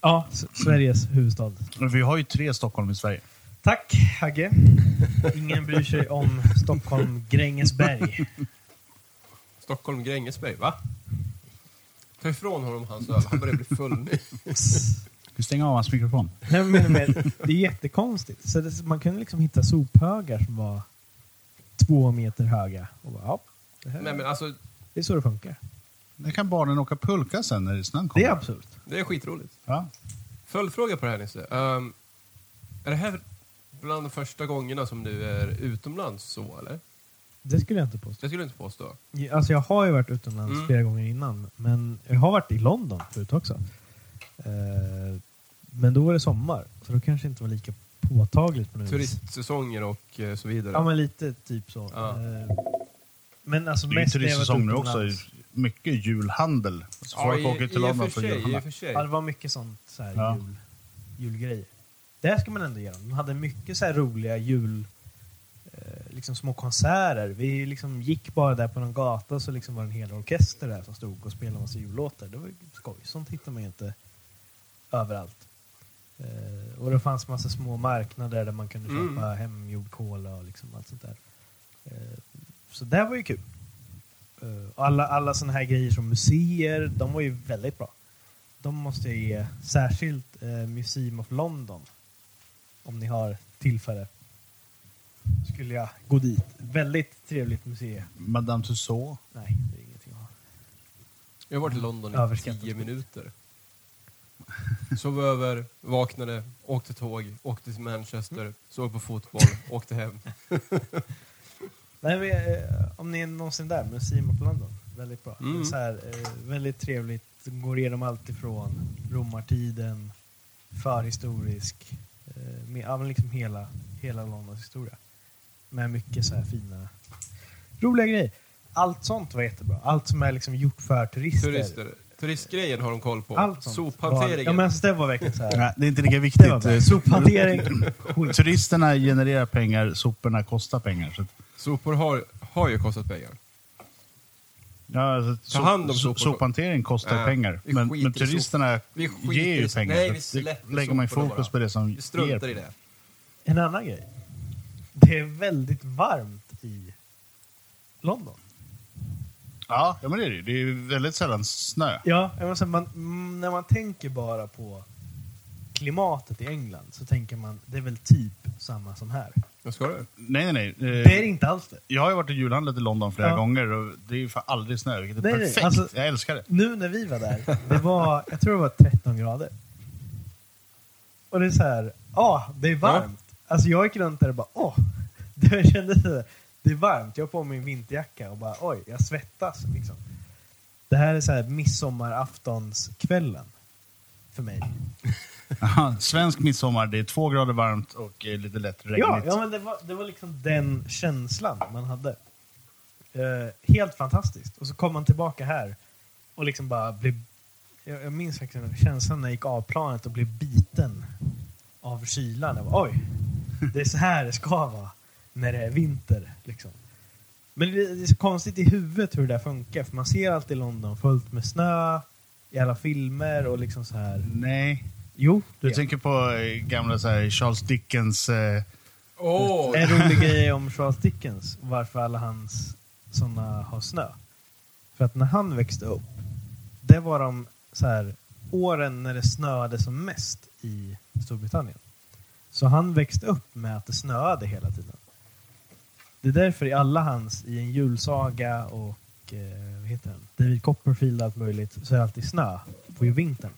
Speaker 1: Ja, S- Sveriges huvudstad.
Speaker 2: Men Vi har ju tre Stockholm i Sverige.
Speaker 1: Tack Hagge. Ingen bryr sig om Stockholm Grängesberg.
Speaker 3: Stockholm Grängesberg, va? Ta ifrån honom hans öl, han börjar bli full nu.
Speaker 2: Ska vi stänga av hans mikrofon?
Speaker 1: Nej, men, men, men, det är jättekonstigt. Så det, man kunde liksom hitta sophögar som var två meter höga. Och bara, ja, det, här,
Speaker 3: Nej men alltså,
Speaker 1: det är så det funkar.
Speaker 2: Där kan barnen åka pulka sen när snön
Speaker 1: Det
Speaker 2: kommer.
Speaker 1: är absurt.
Speaker 3: det är skitroligt.
Speaker 2: Ja.
Speaker 3: Följdfråga på det här Nisse. Ehm, är det här bland de första gångerna som du är utomlands så eller?
Speaker 1: Det skulle jag inte påstå.
Speaker 3: Det skulle jag inte påstå.
Speaker 1: Alltså jag har ju varit utomlands
Speaker 3: Mm.
Speaker 1: flera gånger innan. Men jag har varit i London förut också. Eh, men då var det sommar. Så då kanske det inte var lika påtagligt. på något vis.
Speaker 3: Turistsäsonger och eh, så vidare.
Speaker 1: Ja, men lite typ så.
Speaker 3: Ja.
Speaker 1: Eh, men alltså
Speaker 2: Det
Speaker 1: mest
Speaker 2: är ju
Speaker 1: när jag varit
Speaker 2: turistsäsong nu också.
Speaker 1: utomlands.
Speaker 2: Mycket julhandel. Så folk
Speaker 3: i,
Speaker 2: åker till
Speaker 3: i och
Speaker 2: London
Speaker 3: för
Speaker 2: för
Speaker 3: sig, i och
Speaker 2: julhandel.
Speaker 3: för sig.
Speaker 1: Ja, det var mycket sånt så här,
Speaker 2: Ja.
Speaker 1: jul, julgrejer. Det här ska man ändå ge dem. De hade mycket så här roliga jul... Eh, liksom små konserter. Vi liksom gick bara där på någon gata så liksom var det en hel orkester där som stod och spelade massa jullåtar. Det var ju skoj. Sånt hittar man ju inte överallt. Eh, och det fanns massa små marknader där man kunde
Speaker 3: Mm.
Speaker 1: köpa hemgjord cola och liksom allt sånt där. Eh, så det här var ju kul. Eh, och alla, alla såna här grejer som museer, de var ju väldigt bra. De måste jag ge särskilt eh, Museum of London. Om ni har tillfälle. Skulle jag gå dit. Väldigt trevligt museum.
Speaker 2: Madame Tussauds.
Speaker 1: Nej, det är ingenting att ha.
Speaker 3: Jag har varit i London i
Speaker 1: Överskattat.
Speaker 3: tio minuter. Sov över, vaknade, åkte tåg, åkte till Manchester, såg på fotboll, åkte hem.
Speaker 1: Nej, men, eh, om ni är någonsin där, Museum of London. Väldigt bra.
Speaker 3: Mm.
Speaker 1: Det är Så här, eh, väldigt trevligt. De går igenom allt ifrån romartiden, förhistorisk, eh, med, ja, men liksom hela, hela Londons historia. Med mycket så här fina, roliga grejer. Allt sånt var jättebra. Allt som är liksom gjort för turister.
Speaker 3: Turister. Turistgrejen har de koll på.
Speaker 1: Allt sånt.
Speaker 3: Sophanteringen.
Speaker 1: Var- Ja, men alltså, det var verkligen så här.
Speaker 2: Nej, det är inte lika
Speaker 1: Det var
Speaker 2: viktigt.
Speaker 1: bra. Sophantering. Skit.
Speaker 2: Turisterna genererar pengar, soporna kostar pengar. Så att,
Speaker 3: Sopor har, har ju kostat pengar.
Speaker 2: ja, så att
Speaker 3: Ta hand om sopor.
Speaker 2: Sophantering kostar
Speaker 3: Ja,
Speaker 2: pengar.
Speaker 3: vi
Speaker 2: Men,
Speaker 3: skiter
Speaker 2: men
Speaker 3: i sop-
Speaker 2: turisterna
Speaker 3: vi skiter
Speaker 2: ger
Speaker 3: i
Speaker 2: ju
Speaker 3: sop-
Speaker 2: pengar.
Speaker 3: Nej,
Speaker 2: Så
Speaker 3: vi
Speaker 2: att
Speaker 3: släpper
Speaker 2: lägger man ju
Speaker 3: soporna
Speaker 2: fokus
Speaker 3: bara.
Speaker 2: på det som
Speaker 3: Vi
Speaker 2: ger.
Speaker 3: struntar i det.
Speaker 1: En annan grej. Det är väldigt varmt i London.
Speaker 2: Ja, ja, men det är det ju. Det är ju väldigt sällan snö.
Speaker 1: Ja, jag måste, säga, man, mm, när man tänker bara på klimatet i England så tänker man det är väl typ samma som här.
Speaker 3: Vad ska du?
Speaker 2: Nej, nej, nej. Eh,
Speaker 1: Det är det inte alls det.
Speaker 2: Jag har ju varit och julhandlat i London flera
Speaker 1: Ja.
Speaker 2: gånger och det är ju fan aldrig snö, vilket är
Speaker 1: Nej, nej,
Speaker 2: perfekt.
Speaker 1: alltså-
Speaker 2: jag älskar det.
Speaker 1: Nu när vi var där, det var, jag tror det var 13 grader. Och det är så här, ja, det är varmt. Alltså jag gick runt där och bara, åh, det kändes så här, det är varmt. Jag har på mig min vinterjacka och bara, oj, jag svettas liksom. Det här är så här midsommaraftonskvällen för mig.
Speaker 2: Aha, svensk midsommar, det är två grader varmt och eh, lite lätt regnigt.
Speaker 1: Ja, ja men det var, det var liksom den känslan man hade. Eh, helt fantastiskt. Och så kom man tillbaka här och liksom bara blev... Jag, jag minns verkligen känslan när jag gick av planet och blev biten av kylan. Jag bara, oj, det är så här det ska vara när det är vinter. Liksom. Men det, det är så konstigt i huvudet hur det där funkar. För man ser alltid London fullt med snö i alla filmer och liksom så här.
Speaker 2: Nej.
Speaker 1: Jo,
Speaker 2: Du
Speaker 1: det är
Speaker 2: tänker på eh, gamla så här, Charles Dickens... Eh,
Speaker 3: Åh!
Speaker 1: En rolig grej om Charles Dickens, varför alla hans sådana har snö. För att när han växte upp, det var de så här, åren när det snöade som mest i Storbritannien. Så han växte upp med att det snöade hela tiden. Det är därför i alla hans, i en julsaga och eh, vad heter den? David Copperfield och allt möjligt, så är det alltid snö på vintern.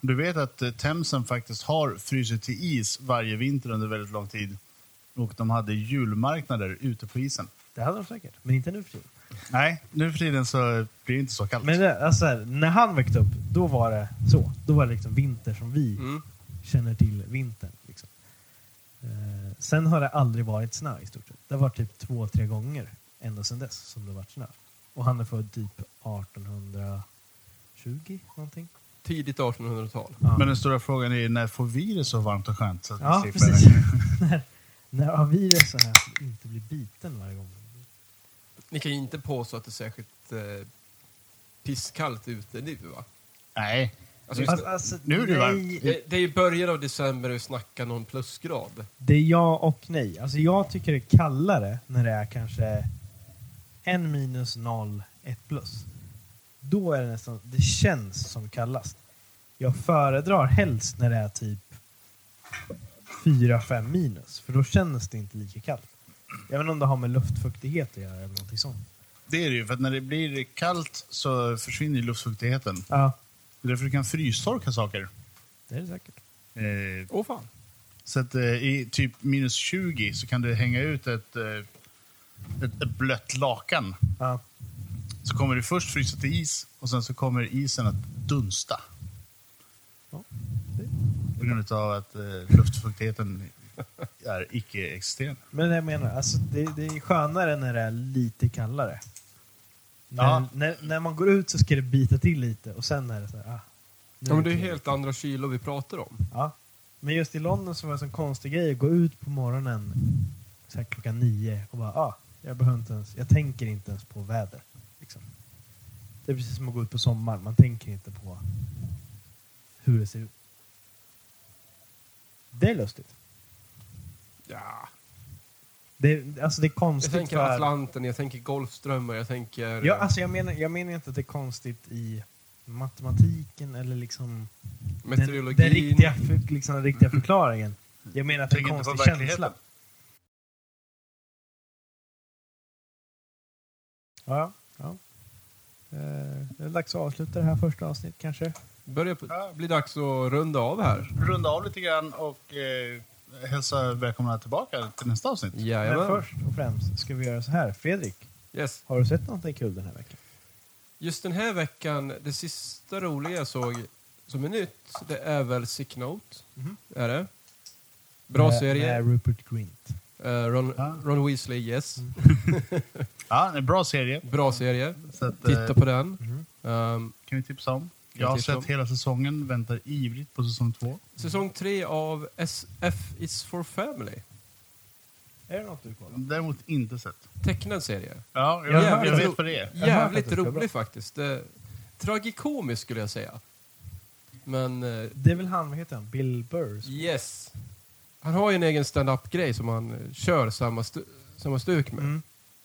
Speaker 2: du vet att eh, Themsen faktiskt har frusit till is varje vinter under väldigt lång tid. Och de hade julmarknader ute på isen.
Speaker 1: Det hade de säkert, men inte nu för tiden.
Speaker 2: Nej, nu för tiden så blir det inte så kallt.
Speaker 1: Men det, alltså här, när han växte upp, då var det så. Då var det liksom vinter som vi
Speaker 3: Mm.
Speaker 1: känner till vintern. Liksom. Eh, sen har det aldrig varit snö i stort sett. Det har varit typ två, tre gånger ända sedan dess som det har varit snö. Och han är född typ 1820 någonting.
Speaker 3: Tidigt 1800-tal.
Speaker 1: Ja,
Speaker 2: Men den stora frågan är när får vi det så varmt och skönt? Så att vi
Speaker 1: ja
Speaker 2: slipper
Speaker 1: precis.
Speaker 2: det?
Speaker 1: när, när har vi det så här att vi inte blir biten varje gång?
Speaker 3: Ni kan ju inte påstå att det är särskilt eh, pisskallt ute nu, va?
Speaker 2: Nej.
Speaker 3: Alltså, just,
Speaker 1: Alltså, alltså,
Speaker 2: Nu är det
Speaker 1: nej,
Speaker 3: det, det är ju början av december och vi snackar någon plusgrad.
Speaker 1: Det är ja och nej. Alltså jag tycker det är kallare när det är kanske en minus noll, ett plus. Då är det nästan, det känns som kallast. Jag föredrar helst när det är typ fyra fem minus, för då känns det inte lika kallt. Jag vet inte om det har med luftfuktighet att göra eller någonting sånt.
Speaker 2: Det är det ju, för att när det blir kallt så försvinner ju luftfuktigheten.
Speaker 1: Ja,
Speaker 2: Det är därför du kan frystorka saker.
Speaker 1: det är det säkert.
Speaker 2: Eh,
Speaker 3: Åh fan.
Speaker 2: så att eh, i typ minus 20 så kan du hänga ut ett, eh, ett, ett blött lakan.
Speaker 1: Ja.
Speaker 2: Så kommer det först frysa till is och sen så kommer isen att dunsta.
Speaker 1: Ja, det-
Speaker 2: På grund av att eh, luftfuktigheten är icke-existerande.
Speaker 1: Men det jag menar, alltså det, det är skönare när det är lite kallare. När,
Speaker 2: Ja.
Speaker 1: när, när man går ut så ska det bita till lite och sen är det så här, ah, nu
Speaker 3: Ja, men det är
Speaker 1: kul.
Speaker 3: helt andra kylor vi pratar om.
Speaker 1: Ja. Men just i London så var det en sån konstig grej att gå ut på morgonen så här klockan nio och bara, ah, jag behöver inte ens, jag tänker inte ens på vädret. Liksom. Det är precis som att gå ut på sommaren, man tänker inte på hur det ser ut. Det är lustigt.
Speaker 3: Ja.
Speaker 1: Det, är- alltså det är
Speaker 3: Jag
Speaker 1: konstigt.
Speaker 3: tänker
Speaker 1: för-
Speaker 3: Atlanten, jag tänker Golfströmmar, jag tänker...
Speaker 1: Ja, alltså jag menar, jag menar inte att det är konstigt i matematiken eller liksom den,
Speaker 3: Meteorologin.
Speaker 1: den riktiga, för, liksom, den riktiga förklaringen. Jag menar att det är en
Speaker 2: Tänk inte på
Speaker 1: konstig känsla.
Speaker 2: verkligheten.
Speaker 1: Ja, ja. Eh, det är dags att avsluta det här första avsnittet kanske.
Speaker 3: Börjar på, bli dags att runda av här.
Speaker 2: Runda av lite grann och eh, hälsa välkomna tillbaka till nästa avsnitt.
Speaker 1: Men
Speaker 3: Jajamän.
Speaker 1: först och främst ska vi göra så här. Fredrik,
Speaker 3: Yes.
Speaker 1: har du sett någonting kul den här veckan?
Speaker 3: Just den här veckan, det sista roliga jag såg som är nytt, det är väl Sick Note.
Speaker 1: Mhm.
Speaker 3: Är det? Bra
Speaker 1: med,
Speaker 3: serie.
Speaker 1: Med Rupert Grint.
Speaker 3: Eh, Ron,
Speaker 2: Ja.
Speaker 3: Ron Weasley, yes.
Speaker 1: Mm.
Speaker 2: Ja, det är en bra serie.
Speaker 3: Bra serie.
Speaker 2: Så att, eh,
Speaker 3: Titta på den.
Speaker 1: Mhm.
Speaker 3: Ehm,
Speaker 2: kan vi tipsa om. Jag har
Speaker 3: tipsa
Speaker 2: sett
Speaker 3: om.
Speaker 2: hela säsongen, väntar ivrigt på säsong två.
Speaker 3: säsong tre av SF is for family.
Speaker 1: Är det något du kollar?
Speaker 2: Däremot inte sett.
Speaker 3: Tecknad serie.
Speaker 2: Ja, jag,
Speaker 3: Jävligt
Speaker 2: jag vet
Speaker 3: ro-
Speaker 2: vad det är.
Speaker 1: Jag har hört att
Speaker 3: Jävligt
Speaker 1: det ska vara bra.
Speaker 3: rolig faktiskt. Eh, Tragikomisk skulle jag säga. Men eh,
Speaker 1: Det är väl han, vad heter han? Bill Burr?
Speaker 3: yes. Han har ju en egen stand-up-grej som han eh, kör samma, stu- samma stuk med.
Speaker 1: Mm.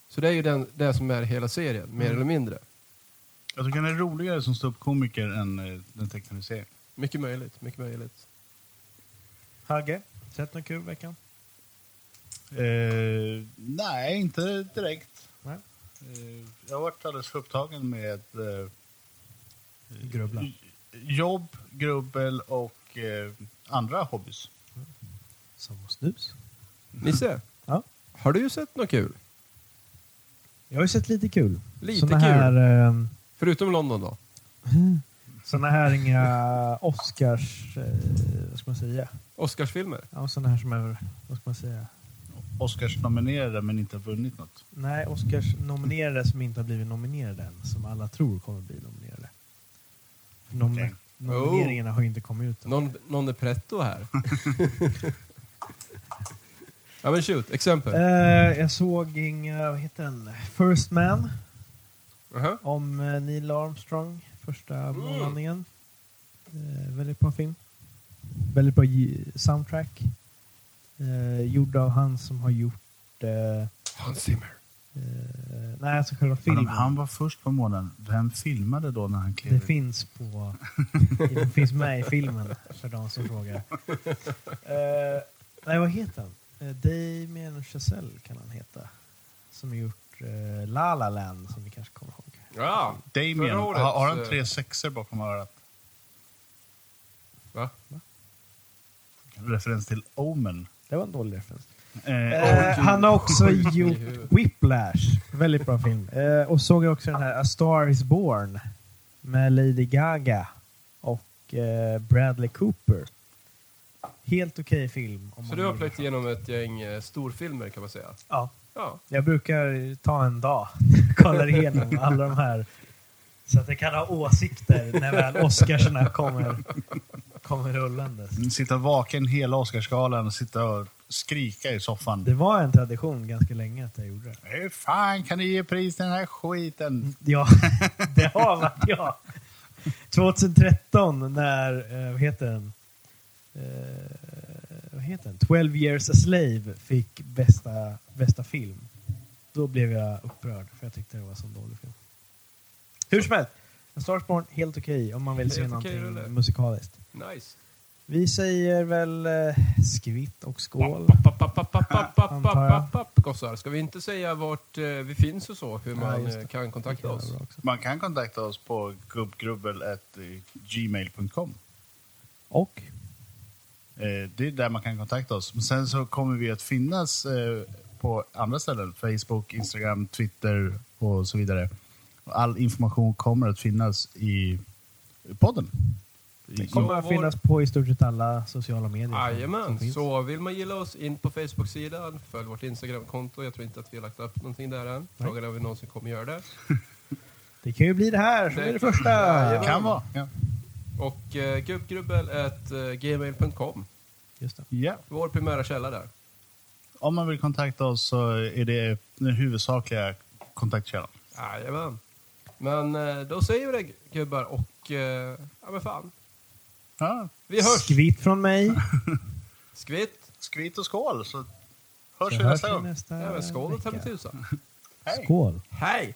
Speaker 3: Så det är ju den, det som är hela serien, mer
Speaker 1: Mm.
Speaker 3: eller mindre.
Speaker 2: Jag tycker han är roligare som ståuppkomiker än eh, den tecknade serien.
Speaker 3: Mycket möjligt, mycket möjligt.
Speaker 1: Hagge, sett något kul i veckan?
Speaker 2: Eh, nej, inte direkt.
Speaker 1: Nej.
Speaker 2: Eh, jag har varit alldeles för upptagen med eh,
Speaker 1: Grubbla.
Speaker 2: j- jobb, grubbel och eh, andra hobbys.
Speaker 1: Som snus.
Speaker 3: Nisse,
Speaker 1: Mm. Ja.
Speaker 3: har du sett något kul?
Speaker 1: Jag har ju sett lite kul.
Speaker 3: Lite
Speaker 1: Såna
Speaker 3: kul.
Speaker 1: Här, eh,
Speaker 3: Förutom London då?
Speaker 1: såna här inga Oscars... Eh, vad ska man säga?
Speaker 3: Oscarsfilmer?
Speaker 1: Ja, såna här som är... Vad ska man säga?
Speaker 2: Oscars-nominerade men inte har vunnit något.
Speaker 1: Nej, Oscars nominerade som inte har blivit nominerade än. Som alla tror kommer bli nominerade. För nom-
Speaker 2: Okej.
Speaker 1: Nomineringarna har ju inte kommit ut. än.
Speaker 3: Någon, någon är pretto här? ja men shoot, exempel.
Speaker 1: Eh, jag såg inga... Vad heter den? First Man.
Speaker 3: Aha.
Speaker 1: om eh, Neil Armstrong,
Speaker 3: Mm.
Speaker 1: första månlandningen. Eh, väldigt bra film. Väldigt bra j- soundtrack. Eh, gjord av han som har gjort... Eh,
Speaker 3: Hans Zimmer.
Speaker 1: eh, nej, alltså själva filmen.
Speaker 2: Han, han var först på månaden. Vem filmade då när han klev
Speaker 1: det
Speaker 2: ut?
Speaker 1: finns på... det finns med i filmen, för de som frågar. Eh, nej, vad heter han? Eh, Damien Chazelle kan han heta. Som har gjort eh, La La Land, som ni kanske kommer ihåg.
Speaker 3: Ja,
Speaker 2: Damien,
Speaker 3: Förra året,
Speaker 2: har, har han
Speaker 3: eh,
Speaker 2: tre sexer bakom örat?
Speaker 3: va?
Speaker 2: Referens till Omen.
Speaker 1: Det var en dålig referens.
Speaker 2: Eh,
Speaker 1: Eh,
Speaker 3: Gud.
Speaker 1: han har också
Speaker 3: Sjukt i
Speaker 1: gjort
Speaker 3: huvudet.
Speaker 1: Whiplash. Väldigt bra film. Eh, och såg jag också den här A Star Is Born med Lady Gaga och eh, Bradley Cooper. Helt okej film. Om
Speaker 3: Så
Speaker 1: man
Speaker 3: du har
Speaker 1: gillar
Speaker 3: plöjt
Speaker 1: sånt.
Speaker 3: igenom ett gäng eh, storfilmer kan man säga?
Speaker 1: Ja,
Speaker 3: Ja.
Speaker 1: jag brukar ta en dag och kolla igenom alla de här. Så att jag kan ha åsikter när väl Oscarsna kommer, kommer rullandes.
Speaker 2: och sitta vaken hela Oscarsgalan och sitta och skrika i soffan.
Speaker 1: Det var en tradition ganska länge att jag gjorde det.
Speaker 2: Hur fan kan du ge pris till den här skiten?
Speaker 1: Ja, det har varit jag. 2013 när, eh, vad heter den? Eh, vad heter den? 12 years a slave fick bästa, bästa film. Då blev jag upprörd för jag tyckte det var en sån dålig film. Hur som helst, A Star is Born, helt okej om man vill se
Speaker 3: Helt
Speaker 1: någonting
Speaker 3: okej, eller?
Speaker 1: musikaliskt.
Speaker 3: Nice.
Speaker 1: Vi säger väl eh, skvitt och skål.
Speaker 3: Papp, papp, papp, papp, papp, papp,
Speaker 1: Antar jag.
Speaker 3: papp, papp, gossar. Ska vi inte säga vart eh, vi finns och så? Hur man
Speaker 1: just det.
Speaker 3: eh, kan kontakta oss?
Speaker 2: Man kan kontakta oss på gubbgrubbel.gmail.com.
Speaker 1: Och?
Speaker 2: Eh, Det är där man kan kontakta oss. Men sen så kommer vi att finnas eh, på andra ställen. Facebook, Instagram, Twitter och så vidare. Och All information kommer att finnas i podden.
Speaker 1: Det kommer att finnas på i stort sett alla sociala medier. som- som
Speaker 3: Jajamän,
Speaker 1: finns.
Speaker 3: så vill man gilla oss in på Facebook-sidan, följ vårt Instagram-konto. Jag tror inte att vi har lagt upp någonting där än. Frågan är om vi någonsin kommer göra det.
Speaker 1: Det kan ju bli det här som
Speaker 3: Det-
Speaker 1: är det första.
Speaker 3: Jajamän.
Speaker 2: Kan vara. Ja.
Speaker 3: Och eh, gubbgrubbel.gmail.com,
Speaker 1: Just det.
Speaker 2: Ja.
Speaker 3: vår primära källa där.
Speaker 2: Om man vill kontakta oss så är det den huvudsakliga kontaktkällan.
Speaker 3: Jajamän. Men eh, då säger vi det gubbar och eh, ja men fan,
Speaker 2: Ja.
Speaker 3: vi hörs!
Speaker 1: Skvitt från mig.
Speaker 3: Skvitt!
Speaker 2: Skvitt och skål så hörs
Speaker 1: Så
Speaker 2: vi
Speaker 1: hörs
Speaker 2: nästa
Speaker 1: vi
Speaker 2: gång.
Speaker 1: nästa
Speaker 3: Ja, men skål och ta
Speaker 1: vecka.
Speaker 3: mig tusan.
Speaker 2: Hej.
Speaker 1: Skål.
Speaker 3: Hej!